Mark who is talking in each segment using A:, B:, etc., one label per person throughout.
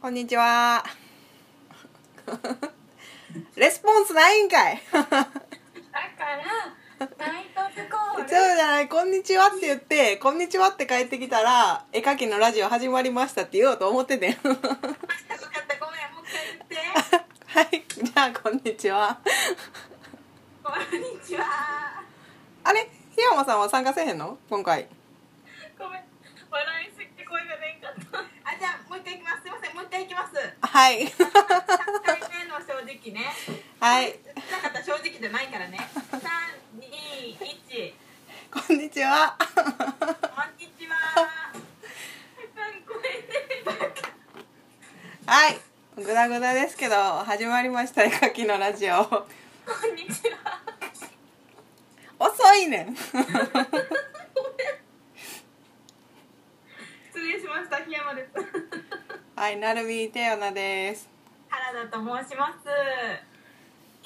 A: こんにちは。レスポンスないんかい。そう
B: だからナイトスコール
A: じゃない、こんにちはって言って、こんにちはって帰ってきたら、絵描きのラジオ始まりましたって言おうと思ってて。
B: よかったごめんもう一回言って
A: はい、じゃあ、こんにちは。
B: こんにちは
A: あれ、檜山さんは参加せえへんの、今回。
B: ごめん笑いすぎて声が出んかったあじゃあもう一回いきますすいませんもう一回いきます
A: はい。
B: 3回目の正直ね
A: はい、
B: なかったら正直じゃないからね321
A: こんにちは。
B: こんにちは声出る
A: はい、ぐだぐだですけど、始まりました、絵描きのラジオ。
B: こんにちは
A: 遅いねん。
B: 失礼しました檜山です
A: はい、なるみてよなです。
B: 原田と申します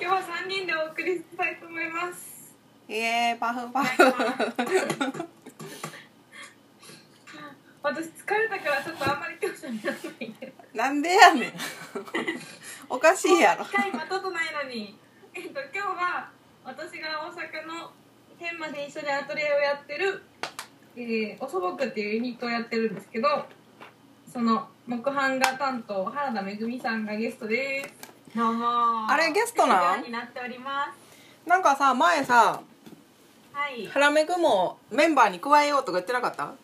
B: 今日は三人でお送りしたいと思います
A: イエーイ、パフパフ。
B: 私疲れたからちょっとあんまり今日じゃないけど
A: なんでや ねんおかしいやろ
B: 一回またとないのにえっと今日は私が大阪の天満で一緒にアトリエをやってる、えー、おそぼくっていうユニットをやってるんですけどその木版画担当原田めぐみさんがゲストですどうも
A: あれゲストなん
B: お世話になっております
A: なんかさ前さ
B: はい
A: ハラメグもメンバーに加えようとか言ってなかった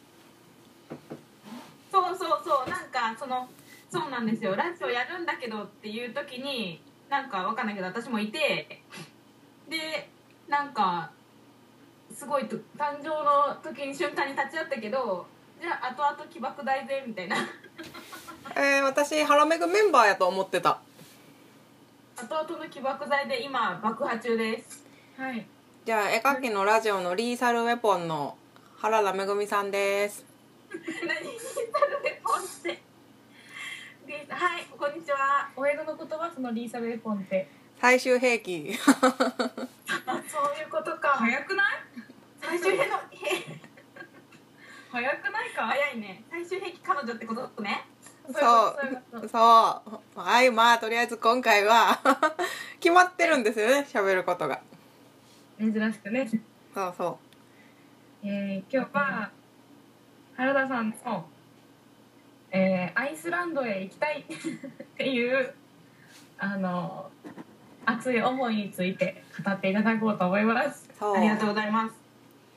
B: そうそうそうなんかそのそうなんですよラジオやるんだけどっていう時になんかわかんないけど私もいてでなんかすごいと誕生の時に瞬間に立ち会ったけどじゃあ後々起爆大ぜみたいな
A: えー、私ハラメグメンバーやと思ってた
B: 後々の起爆剤で今爆破中ですはい
A: じゃあ絵描きのラジオのリーサルウェポンの原田めぐみさんです
B: 何したのでポンってではいこんにちはお江戸の言葉そのリーサルエポンって
A: 最終兵器
B: あそういうことか早くない最終兵の早くないか早いね最終兵器彼女ってことね
A: そうそうはいまあとりあえず今回は 決まってるんですよね喋ることが
B: 珍しくね、
A: そうそ
B: えー、今日は原田さんの、えーアイスランドへ行きたい っていうあの熱い思いについて語っていただこうと思います
A: うそう
B: ありがとうございます。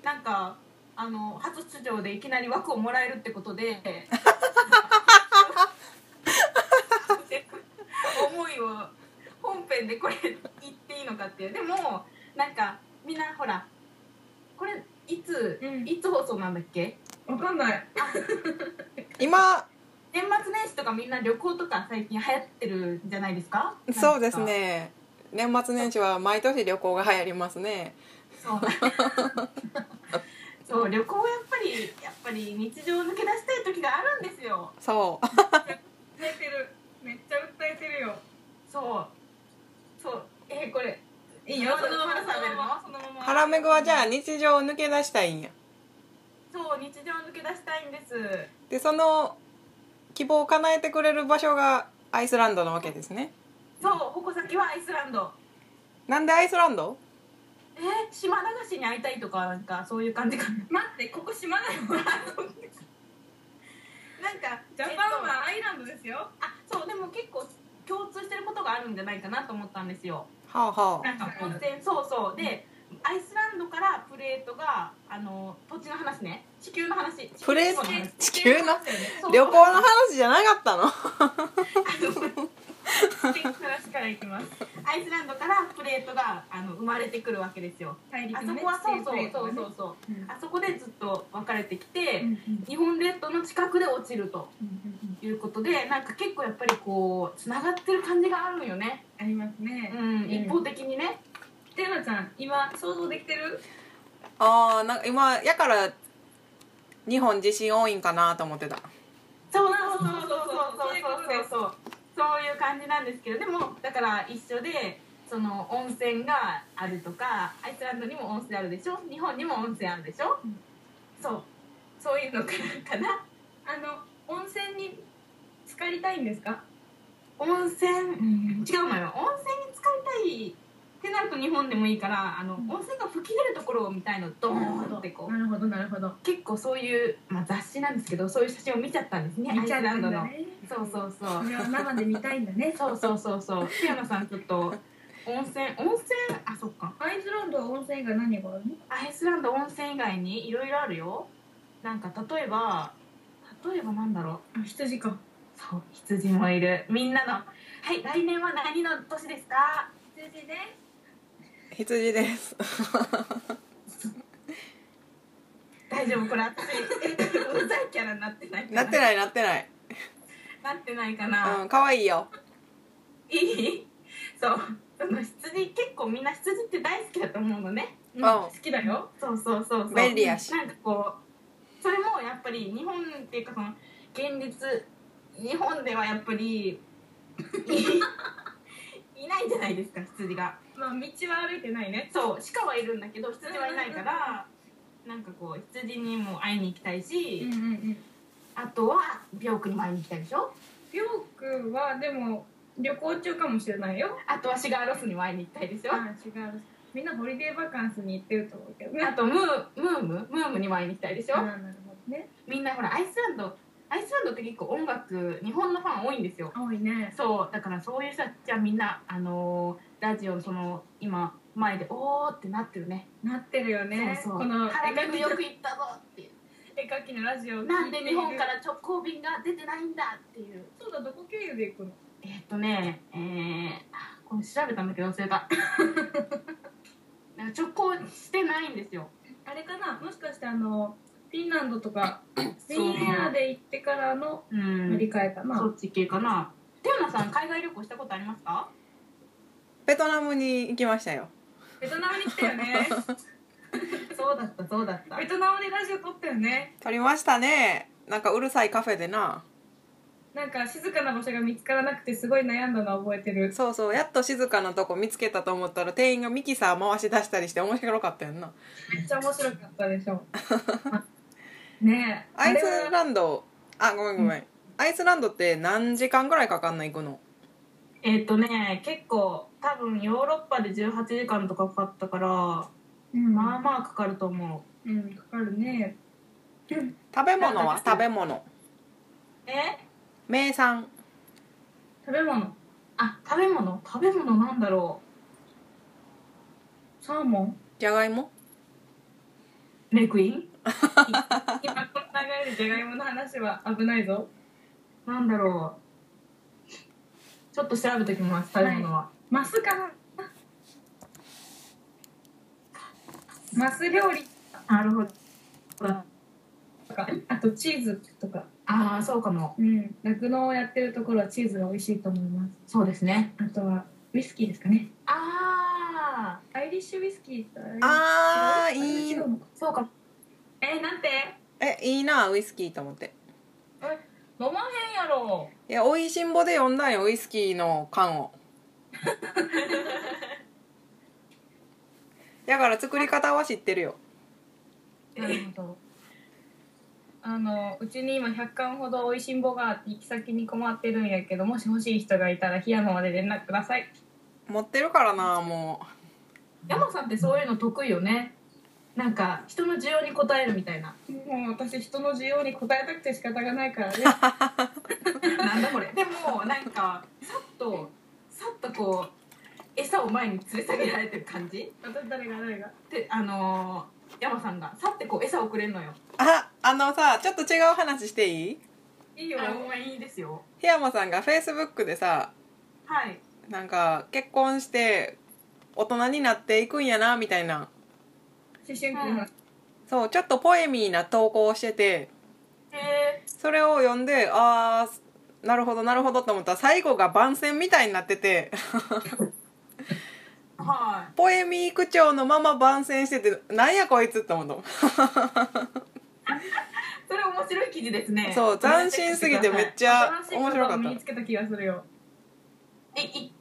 B: なんかあの初出場でいきなり枠をもらえるってことで思いを本編でこれ言っていいのかっていうでもなんかみんなほらこれいつ、
C: うん
B: いつ放送なんだっけ
C: わかんない。
A: 今
B: 年末年始とかみんな旅行とか最近流行ってるんじゃないですか
A: そうですね年末年始は毎年旅行が流行りますね
B: そうそう旅行はやっぱりやっぱり日常を抜け出したい時があるんですよ
A: そう
C: 訴えてる。めっちゃ訴えてるよ。
B: そうそうえこれ
C: いいよ。
B: そ
C: そ
B: の
C: の
B: ま
C: ま
B: ま
C: ま
B: 喋
C: 喋
B: る
C: る
B: の
C: の。そのまま。
A: ハラメグはじゃあ日常を抜け出したいんや
B: そう日常を抜け出したいんです
A: でその希望を叶えてくれる場所がアイスランドなわけですね
B: そう矛先はアイスランド
A: なんでアイスランド
B: えー、島流しに会いたいとかなんかそういう感じかな
C: 待って、ここ島だよ。
B: なんか
C: ジャパン
B: えっ
C: はアイランドですよ。
B: とあそうでも結構共通してることがあるんじゃないかなと思ったんですよ
A: はあはあ
B: なんか温泉そうそうでアイスランドからプレートがあの土地の話ね地球の話
A: プレー
B: 地球
A: ト
B: の話
A: 地球の
B: そう
A: 旅行の話じゃなかったの
B: 地球の話からいきますアイスランドからプレートがあの生まれてくるわけですよ
C: 大
B: あ
C: 陸
B: そ
C: のね。
B: こはそうそう
C: 地球
B: そ
C: の
B: う
C: ね
B: そうそう
C: うん
B: あそこでずっと分かれてきて、
C: うん
B: 日本列島の近くで落ちると
C: うんうん
B: いうことでなんか結構やっぱりこうつながってる感じがあるんよね、
C: あります
B: う
C: ね。
B: ん、一方的にね、
C: てなちゃん、今想像できてる？
A: ああなんか今やから日本地震多いんかなと思ってた
B: そうそうそうそうそうそうそうそういう感じなんですけどでもだから一緒でその温泉があるとかアイスランドにも温泉あるでしょ日本にも温泉あるでしょ、
C: うん
B: そうそういうのかなかな
C: あの温泉に浸かりりたいんですか
B: 温泉、うん違うのよ温泉に浸かりたいってなると日本でもいいからあの温泉が吹き出るところを見たいのドーンってこう
C: なるほどなるほど
B: 結構そういう、まあ、雑誌なんですけどそういう写真を見ちゃったんですねアイスランドの。そうそうそう
C: それは生で見たいんだね
B: そうそうそうそう。ピアノさんちょっと温泉温泉あそっか。
C: アイスランドは温泉以外何があるの
B: アイスランド温泉以外にいろいろあるよ。なんか例えば例えばなんだろう。
C: あ羊か
B: そう羊もいる。みんなのはい来年は何の年ですか。
C: 羊で
A: 羊です。
B: 大丈夫これ私うざいキャラになってないか
A: なって
B: い
A: ないなってない。
B: なってないかな。
A: うん、可愛いよ。
B: いいそう。その羊結構みんな羊って大好きだと思うのね。
A: う
C: う
A: ん
C: 好きだよ
B: そうそうそうそう
A: 便利やし
B: なんかこうそれもやっぱり日本っていうかその現実日本ではやっぱり いないじゃないですか羊が
C: まあ道は歩いてないね
B: そう鹿はいるんだけど羊はいないからなんかこう羊にも会いに行きたいし、
C: うんうん
B: あとはビョークにも会いに行きたいでしょ
C: ビョークはでも旅行中かもしれないよ
B: あとはシガーロスにも会いに行きたいでしょ、
C: あ違うみんなホリデーバカンスに行ってると思うけどね
B: あとムームームムームにも会いに行きたいでしょ、
C: あなるほどね
B: みんなほらアイスランドアイスランドって結構音楽日本のファン多いんですよ
C: 多いね
B: そうだからそういう人たちはみんなあのーラジオのその今前でおーってなってるね。
C: なってるよね
B: そうそう。
C: この絵
B: 原
C: 描
B: 宿
C: き
B: よ
C: の
B: く行ったぞっていう。
C: 絵描きのラジオを聞いている
B: なんで日本から直行便が出てないんだっていう。
C: そうだどこ経由で行くの
B: えーっとねえー、あこれ調べたんだけど忘れた。 なんか直行してないんですよ。
C: あれかなもしかしてあのフィンランドと かフィンエアで行ってからの
B: う
C: 乗り
B: ん。
C: 換えかな、
B: そっち系かな。テオナさん海外旅行したことありますか？
A: ベトナムに行きましたよ。
C: ベトナムに来たよ ね
B: そうだったそうだった
C: ベトナムでラジオ撮ったよね
A: 撮りましたね。なんかうるさいカフェでな。
C: なんか静かな場所が見つからなくてすごい悩んだのは覚えてる
A: そうそう、やっと静かなとこ見つけたと思ったら店員がミキサー回し出したりして面白かったよな。
C: めっちゃ面白かったで しょねえ
A: アイ
C: あれ
A: ス
C: は
A: ランド、あ、ごめんごめん。アイスランドって何時間ぐらいかかんない行くの
B: えーっとね結構多分ヨーロッパで18時間とかかかったから
C: うん
B: まあまあかかると思う
C: うんかかるね
A: 食べ物は食べ物。
B: え
A: 名産。
C: 食べ物
B: あ食べ物食べ物なんだろ
C: サ ーモン
A: じゃがいも
B: うメイクイン
C: 今この流れでじゃがいもの話は危ないぞ
B: なんだろうちょっと調べてきます食べ物は、
C: マスかなマス料理
B: なるほど
C: とかあとチーズとか
B: ああそうかも
C: うん酪農をやってるところはチーズが美味しいと思います
B: そうですね
C: あとはウイスキーですかね
B: ああ
C: アイリッシュウイスキーって
A: あー
C: れ
A: いい
C: 違うのか
B: そうか
C: えなんて
A: え、いいな、ウイスキーと思って。
C: 飲まへんやろ
A: いや、おいしんぼで読んだんよ、ウイスキーの缶 を。だから作り方は知ってるよ。
B: なるほど
C: あのうちに今100缶ほど美味しんぼがあって行き先に困ってるんやけどもし欲しい人がいたら檜山まで連絡ください
A: 持ってるからな、も
B: 山さんってそういうの得意よねなんか人の需要に応えるみたいな
C: もう私人の需要に応えたくて仕方がないからね
B: なんだこれ でもなんかさっとさっとこう餌を前に連れ下げられてる感じ
C: 私誰が誰が
B: であのー、山さんが去ってこう餌をくれるのよ
A: う。あ、あのさ、ちょっと違う話していい
C: いいよ
B: あごめんいいですよ
A: 檜山さんが Facebook でさ、
B: はい
A: なんか結婚して大人になっていくんやな、みたいな。
C: 思春期の話
A: そう、ちょっとポエミーな投稿をしてて、
B: へ
A: それを読んで、あー、なるほどなるほどと思ったら最後が番宣みたいになってて、
B: ーは
A: ポエミー区長のまま番宣してて、なんやこいつって思ったもん。
B: いそれ面白い記事ですね
A: そう斬新すぎてめっちゃ
C: 新しい
A: 面白
C: こ
A: か
C: と
A: っ
C: を身につけた気がするよ
B: ゃいい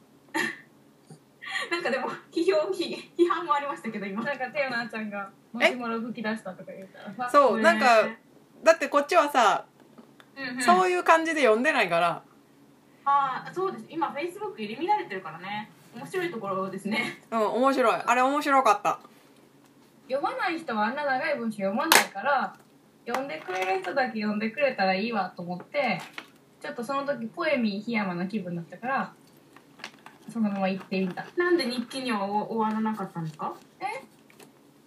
B: なんかでも批評批批判もありましたけど今
C: なんかテオナちゃんがもしもろ吹き出したとか言うから
A: たそうなんか
B: ね
A: だってこっちはさ
B: うんうん
A: そういう感じで読んでないから
B: あーそうです今フェイスブック入り乱れてるからね面白いところですね
A: うん面白いあれ面白かった
C: 読まない人はあんな長い文章読まないから読んでくれる人だけ読んでくれたらいいわと思ってちょっとその時ポエミー檜山の気分だったからそのまま行ってみた
B: なんで日記にはお終わらなかったんですか
C: え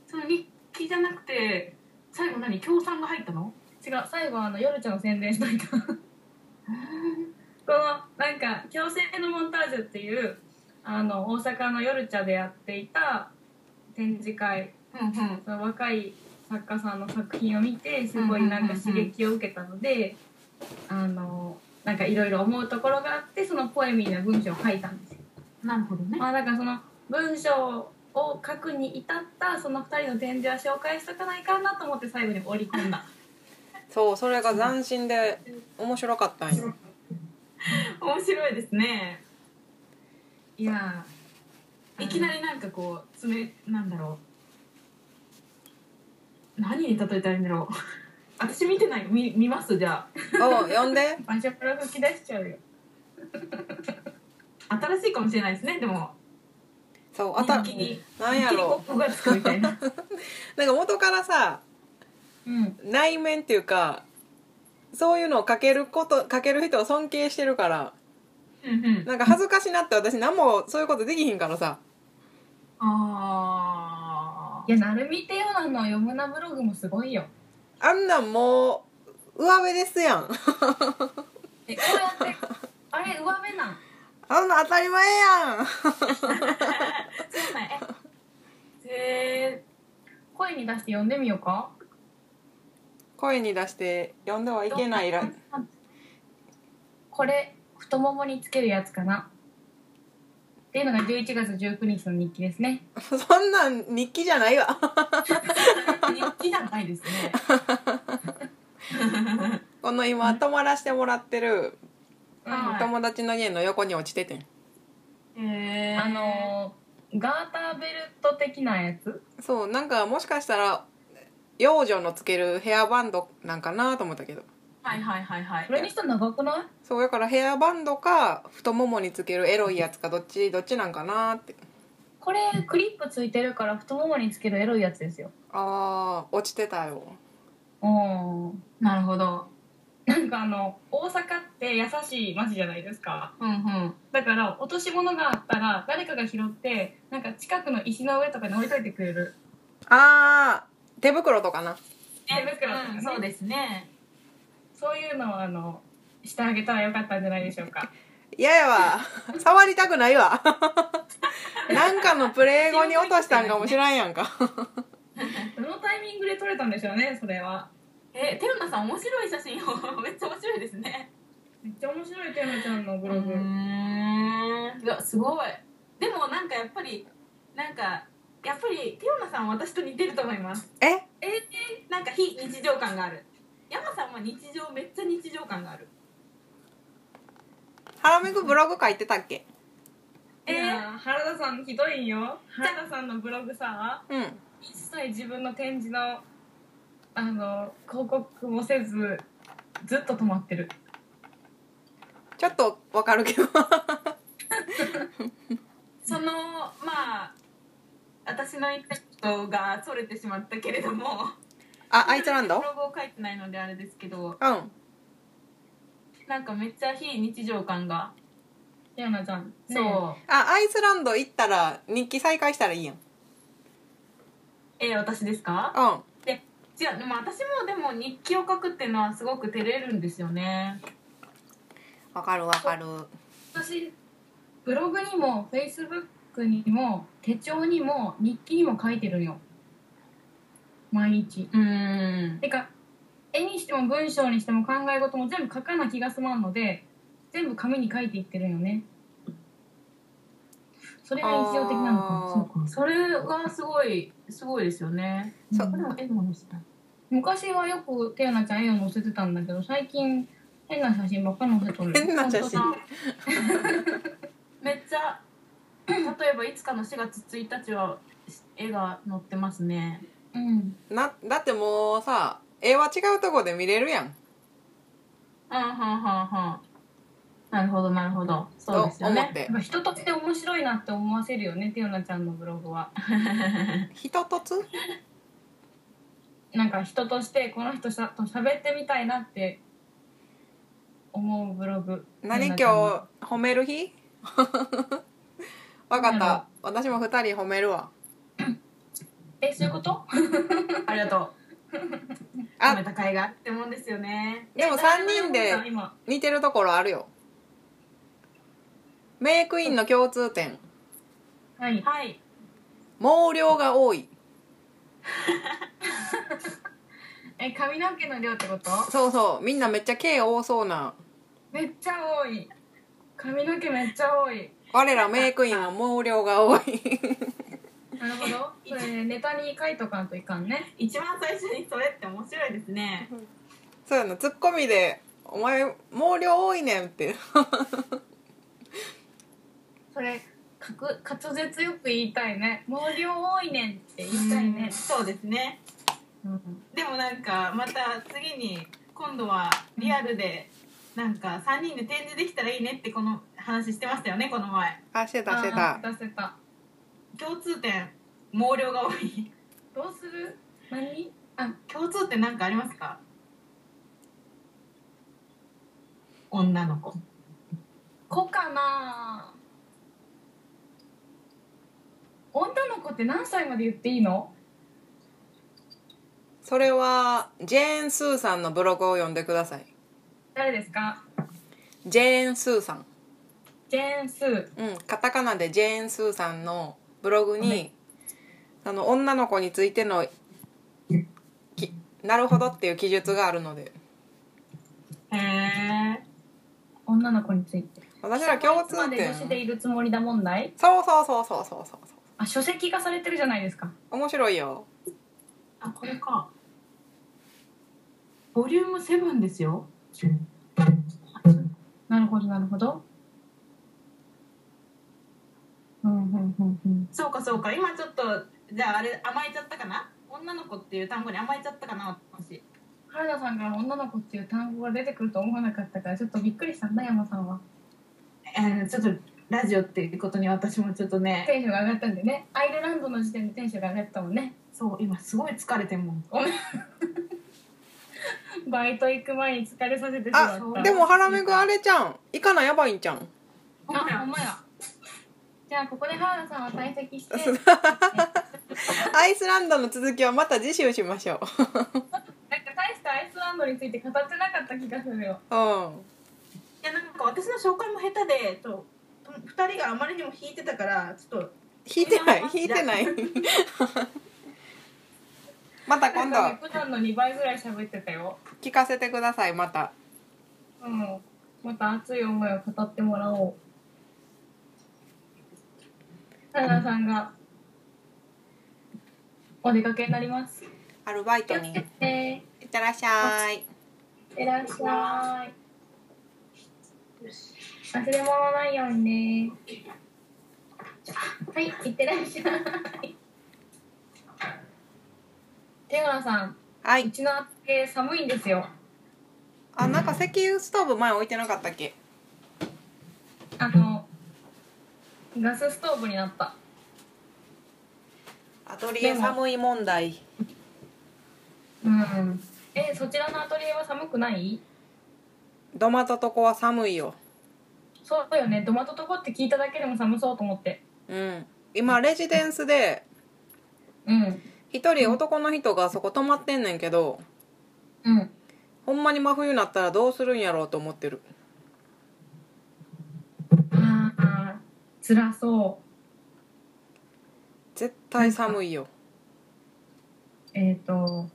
B: その日記じゃなくて最後何協賛が入ったの
C: 違う最後はあの夜ちゃんの宣伝しといたこのなんか「強制のモンタージュ」っていうあの大阪の夜茶でやっていた展示会
B: うんうん
C: その若い作家さんの作品を見てすごいなんか刺激を受けたので、あのなんかいろいろ思うところがあってそのポエミーな文章を書いたんですよ。
B: なるほどね
C: まあ、だからその文章を書くに至ったその2人の展示は紹介しとかないかなと思って最後に織り込んだ。
A: そうそれが斬新で面白かったんよ
B: 面白いですね
C: いやー
B: いきなりなんかこう爪なんだろう何に例えたらいいんだろう私見てないよ見見ますじゃ
A: お読んで
C: マシュプロ吹き出しちゃうよ。
B: あ新しいかもしれないですねでも
A: そうあた
B: 日記に
A: なんやろ
B: うがつくみたい な
A: うなんか元からさ
C: うん。
A: 内面っていうかそういうのを書けること書ける人を尊敬してるから
B: うんうん
A: なんか恥ずかしなって私何もそういうことできひんからさ
B: あ
C: いや、なるみてよなの読むなブログもすごいよ。
A: あんなんもう上辺ですやん
C: え、こうやって、あれ、上辺なん。
A: あんな当たり前やん
B: あそうなんやえへえ
C: 声に出して読んでみようか。
A: 声に出して呼んではいけないら
C: これ、太ももにつけるやつかな。っていうのが11月19日の日記ですね。
A: そんなん日記じゃないわ
B: 日記じゃないです ね
A: この今泊まらしてもらってる
B: はい
A: 友達の家の横に落ちててん
B: へえ
C: あのー、ガーターベルト的なやつ
A: そうなんかもしかしたら幼女のつけるヘアバンドなんかなと思ったけど
B: はいはいはいはい
C: それにしては長くない
A: そうだからヘアバンドか太ももにつけるエロいやつかどっちどっちなんかなって
C: これクリップついてるから太ももにつけるエロいやつですよ。
A: あー落ちてたよ
C: おー
B: なるほど
C: なんかあの大阪って優しい街じゃないですか
B: うんうん
C: だから落とし物があったら誰かが拾ってなんか近くの石の上とかに置いといてくれる
A: あー手袋とかな
C: 手袋とか
B: う
C: ね
B: ん、そうですね
C: そういうのをあのしてあげたらよかったんじゃないでしょうか
A: 嫌やわ触りたくない わなんかのプレー後に落としたんかもしらんやんか
C: どのタイミングで撮れたんでしょうねそれは
B: えテルナさん面白い写真を めっちゃ面白いですね
C: めっちゃ面白いテーマちゃんのブ
B: う
C: ログ
B: んいやすごいでもなんかやっぱりなんかやっぱりテルナさんは私と似てると思います
A: え
B: なんか非日常感がある山さんは日常めっちゃ日常感がある
A: ハラミくブログ書いてたっけ
C: えー、原田さんひどいよ原田さんのブログさ
A: うん
C: 一切自分の展示のあの広告もせずずっと止まってる
A: ちょっとわかるけど
B: そのまあ私の言ったことがそれてしまったけれども
A: あアイスランド
B: ブログを書いてないのであれですけど
A: うん
B: なんかめっちゃ非日常感が、
C: やなちゃん、
B: そう
A: あアイスランド行ったら日記再開したらいいやん
B: えー私ですか
A: うん
B: 違うでも私もでも日記を書くっていうのはすごく照れるんですよね
A: わかるわかる
C: 私ブログにもフェイスブックにも手帳にも日記にも書いてるよ毎日
B: うーん
C: てか絵にしても文章にしても考え事も全部書かな気が済まんので全部紙に書いていってるよねそれが日常的なのか
A: あ
C: も
A: ー
C: そうか
B: それはすごいすごいですよね
A: そ
B: これも絵も載せた
C: 昔はよくテアナちゃん絵を載せてたんだけど最近変な写真ばっか載せとる
A: 変な写
B: 本当
A: 真
B: だめっちゃ 例えばいつかの4月1日は絵が載ってますね
C: うん
A: なだってもうさ絵は違うとこで見れるやん
B: うんはんはんはんなるほどなるほどそうですよ
A: と思
B: ね
A: って
C: やっぱ人として面白いなって思わせるよねテオナちゃんのブログは
A: 人とつ
C: なんか人としてこの人しゃと喋ってみたいなって思うブログ
A: 何今
C: テオナち
A: 日
C: ゃんの
A: 褒める日 わかった私も二人褒めるわ
C: えそういうこと
B: ありがとう
A: あ
B: 褒めた甲斐があるってもんですよね
A: でも三人で
C: 今
A: 似てるところあるよメイクインの共通点
C: はい
B: はい
A: 毛量が多い
C: え髪の毛の量ってこと
A: そうそうみんなめっちゃ毛多そうな
C: めっちゃ多い髪の毛めっちゃ多い
A: 我らメイクイ ンは毛量が多い
C: なるほどそれネタに書いとかんといかんね
B: 一番最初にそれって面白いですね
A: そうやなツッコミで「お前毛量多いねん」って
C: それかく滑舌よく言いたいね毛量多いねんって言いたいね、
B: そうですね
C: うん
B: でもなんかまた次に今度はリアルでなんか3人で展示できたらいいねってこの話してましたよねこの前
A: あしてたして
C: あ
A: た
C: ー出せた
B: 共通点毛量が多い
C: どうする何あ
B: 共通点なんかありますか女の子
C: 子かな女の子って何歳まで言っていいの
A: それはジェーン・スーさんのブログを読んでください
C: 誰ですか
A: ジェーン・スーさん
C: ジェーンスー
A: うんカタカナでジェーン・スーさんのブログにあの女の子についてのきなるほどっていう記述があるので
B: へえ
C: 女の子について
A: 私ら共通
C: まで
A: 点
C: 女子でいるつもりだ問題
A: そうそうそうそうそうそう
C: あ書籍化されてるじゃないですか
A: 面白いよ
B: あこれかボリューム7ですよ
C: なるほどなるほどうんうんうんうん
B: そうかそうか今ちょっとじゃああれ甘えちゃったかな女の子っていう単語に甘えちゃったかな私
C: 原田さんから女の子っていう単語が出てくると思わなかったからちょっとびっくりしたんだ山さんは
B: えーちょっとラジオっていうことに私もちょっとね
C: テンションが上がったんでねアイルランドの時点でテンションが上がったもんね
B: そう今すごい疲れてんもん
C: バイト行く前に疲れさせてしまった
B: あ
A: でもハラメくんあれじゃん行かなやばいんじゃん
C: あほんまやじゃあここで原田さんは退 席して
A: アイスランドの続きはまた次週しましょう
C: なんか大したアイスランドについて語ってなかった気がするよ
A: うん
B: いやなんか私の紹介も下手でと2人があまりにも引いてたからちょっと
A: 引いてない引いてない また今度
C: なんか普段の2倍ぐらい喋ってたよ
A: 聞かせてくださいまた
C: うんまた熱い思いを語ってもらおう原田さんがお出かけになります
A: アルバイト
C: 気をつ
A: に
C: けて
A: いってらっしゃい
C: いってらっしゃい。忘れ物ないようにね。はい、いってらっしゃい。テオラさん、
A: は
C: う
A: い
C: ちの家寒いんですよ。
A: あなんか石油ストーブ前置いてなかったっけ
C: あの、ガスストーブになった。
A: アトリエ寒い問題
C: うん。え、そちらのアトリエは寒くない
A: ドマトとこは寒いよ
C: そうよね、ドマトとこって聞いただけでも寒そうと思って。
A: うん今レジデンスで
C: うん。
A: 一人男の人がそこ泊まってんねんけど
C: うん。
A: ほんまに真冬になったらどうするんやろうと思ってる
C: ああ、辛そう。
A: 絶対寒いよ
C: えっ、と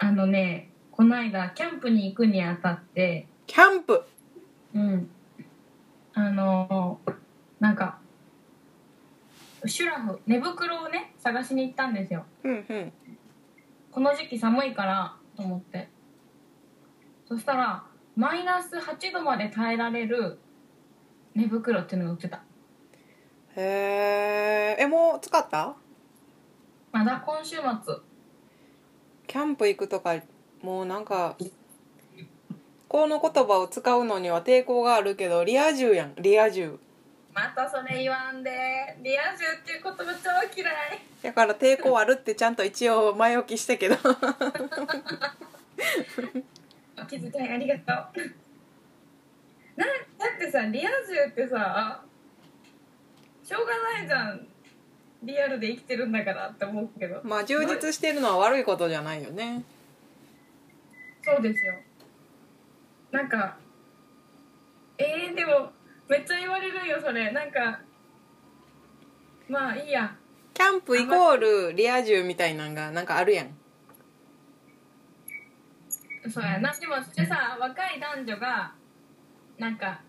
C: あのねこの間キャンプに行くにあたって
A: キャンプ
C: うんあのなんかシュラフ寝袋をね探しに行ったんですよ
A: うんうん
C: この時期寒いからと思ってそしたらマイナス8度まで耐えられる寝袋っていうのが売ってた
A: へーえもう使った
C: まだ今週末
A: キャンプ行くとかもうなんかこの言葉を使うのには抵抗があるけどリア充やんリア充
C: またそれ言わんでリア充っていう言葉超嫌い
A: だから抵抗あるってちゃんと一応前置きしたけど
C: 気遣いありがとう なだってさリア充ってさしょうがないじゃんリアルで生きてるんだからって思うけど
A: まあ充実してるのは悪いことじゃないよね
C: そうですよなんかえー、でもめっちゃ言われるよそれなんかまあいいや
A: キャンプイコールリア充みたいなんがなんかあるやん
C: そうやなでもそれさ若い男女がなんか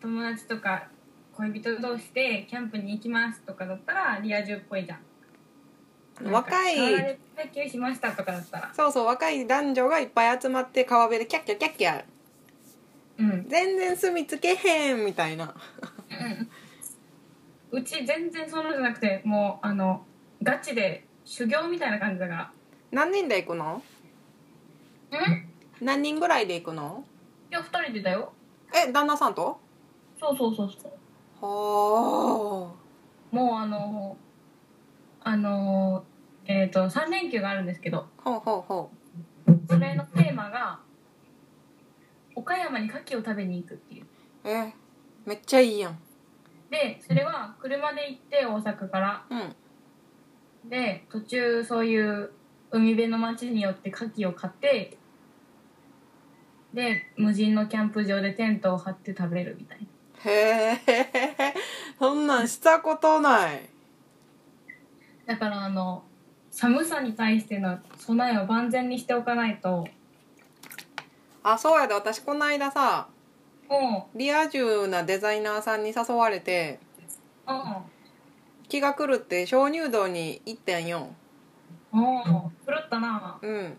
C: 友達とか恋人同士でキャンプに行きますとかだったらリア充っぽいじゃん
A: 若い
C: なんかバーベキューしましたとかだったら
A: そうそう若い男女がいっぱい集まって川辺でキャッキャキャッキャ
C: うん
A: 全然住みつけへんみたいな
C: うち全然そんなじゃなくてもうあのガチで修行みたいな感じだか
A: 何人で行くの
C: らうん
A: 何人ぐらいで行くの
C: いや2人でだよ
A: え旦那さんと
C: そうそうそうそう
A: は
C: もうあのあのえっ、と3連休があるんですけど
A: あほうほうほう
C: それのテーマが岡山に牡蠣を食べに行くっていう
A: えめっちゃいいやん
C: でそれは車で行って大阪から
A: うん
C: で途中そういう海辺の町によって牡蠣を買ってで無人のキャンプ場でテントを張って食べるみたいな
A: へえ そんなんしたことない
C: だからあの寒さに対しての備えを万全にしておかないと
A: あそうやで私こないださ
C: も
A: リア充なデザイナーさんに誘われて
C: ううん
A: 気が狂って鍾乳洞に行ったんよ
C: おう狂ったな
A: うん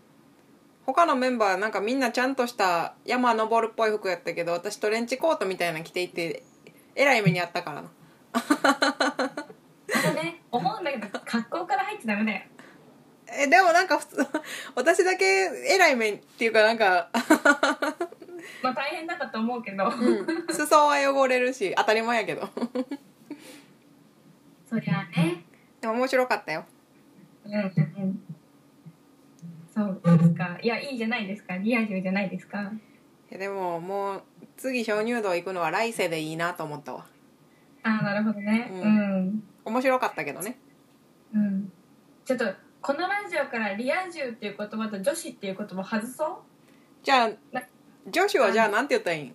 A: 他のメンバーなんかみんなちゃんとした山登るっぽい服やったけど私トレンチコートみたいなの着ていてえらい目にあったからな
C: あとね思うんだけど格好から入っちゃダメだよ
A: えでもなんか普通 私だけえらい目っていうかなん か、
C: まあ大変だったと思うけど
A: うん、裾は汚れるし当たり前やけど
C: そりゃあね。
A: でも面白かったよ
C: うんうんうん。そうですか。いや、いいじゃないですか。リア充じゃないですか。
A: えでももう次鍾乳洞行くのは来世でいいなと思ったわ
C: ああ、なるほどね。
A: う
C: うん。
A: 面白かったけどね
C: うん。ちょっと、このラジオからリア充っていう言葉と女子っていう言葉外そ
A: じゃあ
C: な
A: 女子はじゃあなんて言ったらいいん
C: う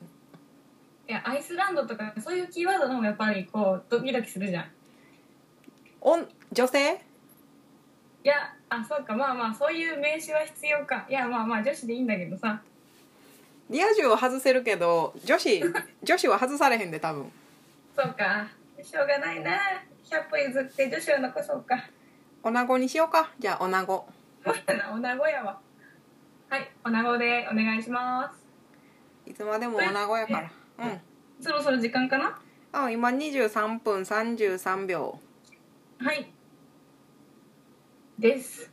C: いや、アイスランドとかそういうキーワードの方がやっぱりこう、ドキドキするじゃん。い
A: おん女性
C: や、あ、そうか。まあまあ、そういう名詞は必要か。いや、まあまあ、女子でいいんだけどさ。
A: リア充は外せるけど女 子女子は外されへんで多分
C: そうか。しょうがないな。100歩譲って女子を残そうか。
A: おなごにしようかじゃあおなご
C: そうやな、おなごやわ。はい、おなごでお願いしま
A: いつまでもおなごやからうん
C: す。そろそろ時間かな。
A: あ今23分33秒
C: はい。です。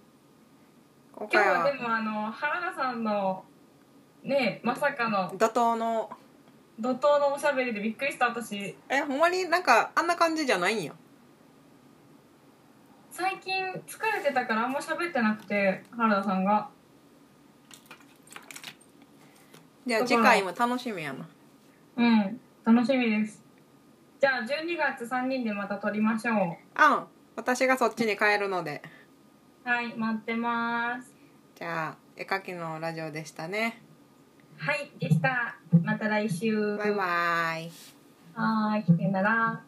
A: 今
C: 今
A: 回
C: 日は
A: は
C: でも、あの、原田さんの。ね、まさかの
A: 怒涛の
C: 怒涛のおしゃべりでびっくりした私
A: えほんまになんかあんな感じじゃないんや
C: 最近疲れてたからあんま喋ってなくて原田さんが
A: じゃあ
C: だ
A: 次
C: から
A: 回も楽しみやな
C: うん楽しみですじゃあ12月3人でまた撮りましょう
A: あん私がそっちに帰るので
C: はい待ってます
A: じゃあ絵描きのラジオでしたね
C: はいでしたまた来週
A: バイバイ
C: はーいさよなら